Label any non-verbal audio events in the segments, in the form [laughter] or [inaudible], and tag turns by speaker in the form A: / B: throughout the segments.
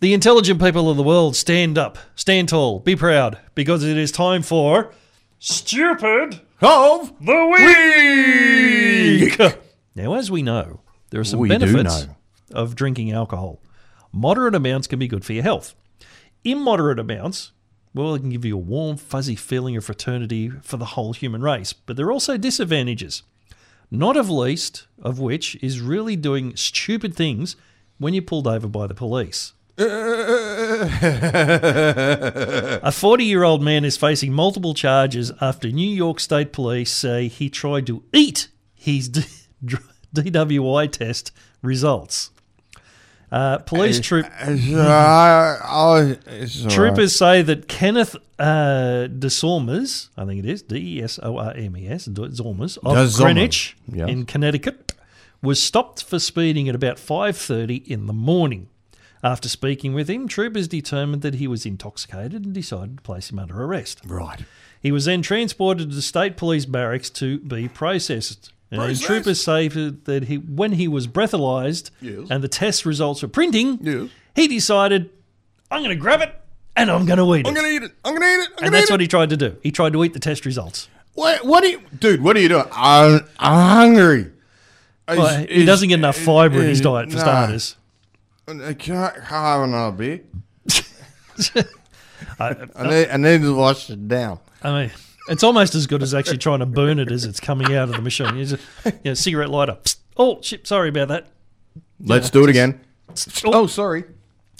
A: The intelligent people of the world stand up, stand tall, be proud, because it is time for Stupid
B: Of
A: the Week. now, as we know, there are some
B: We do
A: benefits
B: know.
A: of drinking alcohol. Moderate amounts can be good for your health. Immoderate amounts, well, it can give you a warm, fuzzy feeling of fraternity for the whole human race, but there are also disadvantages. Not of least of which is really doing stupid things when you're pulled over by the police. A 40 year old man is facing multiple charges after New York State police say he tried to eat his [laughs] D- dr- DWI test results. Uh, police troop,
B: [laughs] It's, uh, oh, it's all right.
A: troopers say that Kenneth uh, DeSormers, I think it is, D E S O R M E S, DeSormers, of
B: DeSormers,
A: Greenwich
B: yeah.
A: in Connecticut, was stopped for speeding at about 5.30 in the morning. After speaking with him, troopers determined that he was intoxicated and decided to place him under arrest.
B: Right.
A: He was then transported to the state police barracks to be processed. And
B: Processed?
A: troopers say that he, when he was breathalyzed
B: Yes.
A: and the test results were printing,
B: Yes.
A: he decided, I'm going to grab it and I'm going to eat it.
B: I'm gonna eat it. I'm gonna eat it. I'm
A: and
B: gonna
A: that's
B: eat
A: what
B: it.
A: he tried to do. He tried to eat the test results.
B: What, what are you, dude? What are you doing? I'm, I'm hungry.
A: Well,
B: Is-
A: he
B: is-
A: doesn't get enough fibre in his
B: is-
A: diet, for
B: nah.
A: starters.
B: I can't have another beer.
A: [laughs] I,
B: I need, I need to wash it down.
A: I mean, it's almost as good as actually trying to burn it as it's coming out of the machine. You just- you know, cigarette lighter. Psst. Oh, shit, sorry about that.
B: Let's do it again.
A: Psst.
B: Oh, sorry.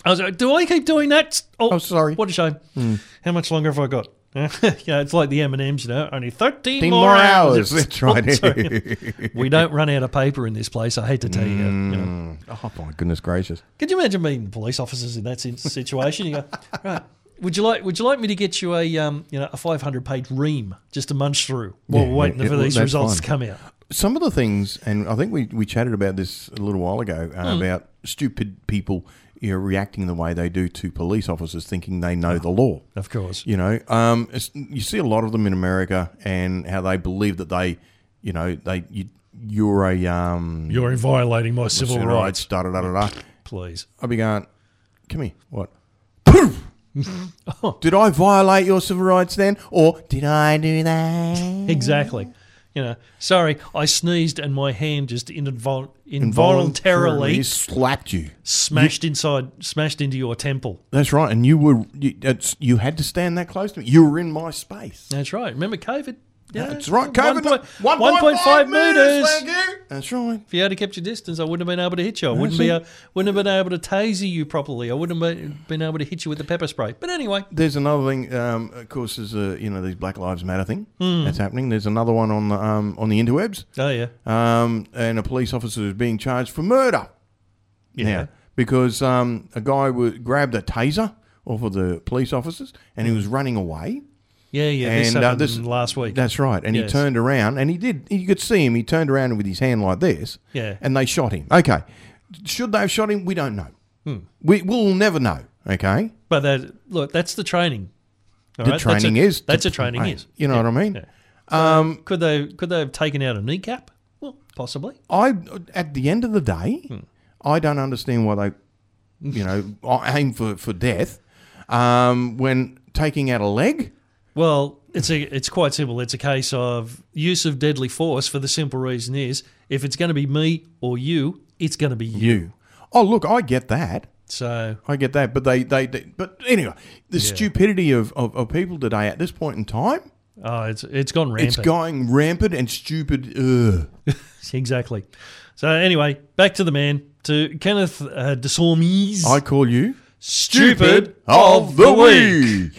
A: I was like, do I keep doing that? Oh,
B: Oh, sorry. Hmm.
A: What a shame. How much longer have I got? [laughs] yeah, it's like the M and M's, you know, only thirteen
B: 15
A: more,
B: more
A: hours. [laughs]
B: hours. [laughs] That's right.
A: Oh, sorry. we don't run out of paper in this place. I hate to tell you. you know.
B: [laughs] Oh my goodness gracious.
A: Could you imagine being police officers in that sin- situation? You go, right. Would you like? Would you like me to get you a um, you know, a five hundred page ream just to munch through while
B: Yeah,
A: we're waiting
B: yeah,
A: for
B: well,
A: these
B: that's
A: results to
B: fine.
A: come out?
B: Some of the things, and I think we, we chatted about this a little while ago uh,
A: Hmm.
B: about stupid people you know, reacting the way they do to police officers, thinking they know the law.
A: Of course.
B: You know, um, it's, you see a lot of them in America, and how they believe that they, you know, they you, you're a um,
A: You're violating my civil
B: civil
A: rights.
B: rights, da da da da da.
A: Please.
B: I'll be going, come here.
A: [laughs]
B: What? [laughs] Poof! Did I violate your civil rights then? Or did I do that?
A: Exactly. You know, sorry, I sneezed and my hand just invol- involuntarily
B: slapped you.
A: smashed inside, smashed into your temple.
B: That's right. And you were, you, it's, you had to stand that close to me. You were in my space.
A: That's right. Remember COVID? Yeah,
B: That's right. COVID.
A: One point five meters.
B: thank you. That's right.
A: If you had kept your distance, I wouldn't have been able to hit you. I wouldn't be. a- wouldn't have been able to taser you properly. I wouldn't have been- been able to hit you with the pepper spray. But anyway,
B: There's another thing, um, of course, is uh, you know these Black Lives Matter thing
A: Hmm.
B: that's happening. There's another one on the um, on the interwebs,
A: oh yeah,
B: um, and a police officer is being charged for murder.
A: yeah.
B: now because um, a guy wa grabbed a taser off of the police officers and he was running away.
A: yeah, yeah. this
B: and uh,
A: happened
B: this
A: last week.
B: That's right. And
A: Yes.
B: he turned around and he did. You could see him. He turned around with his hand like this.
A: Yeah.
B: And they shot him. Okay. Should they have shot him? We don't know.
A: Hmm.
B: We will never know. Okay.
A: but that look, that's the training. All right?
B: The
A: That's a-
B: training is.
A: That's
B: to
A: a training
B: play.
A: is.
B: You know what I mean?
A: yeah. Could they could they have taken out a kneecap? Well, possibly.
B: I at the end of the day,
A: Hmm.
B: I don't understand why they, you know, [laughs] I aim for for death um, when taking out a leg.
A: Well, it's a it's quite simple. It's a case of use of deadly force for the simple reason is if it's going to be me or you, it's going to be you.
B: You. Oh look, I get that.
A: So
B: I get that, but they, they, they but anyway, the stupidity of, of, of people today at this point in time,
A: oh, it's it's gone rampant.
B: it's going rampant and stupid. Ugh.
A: exactly. So anyway, back to the man to Kenneth uh, DeSormes.
B: I call you
A: stupid of the week.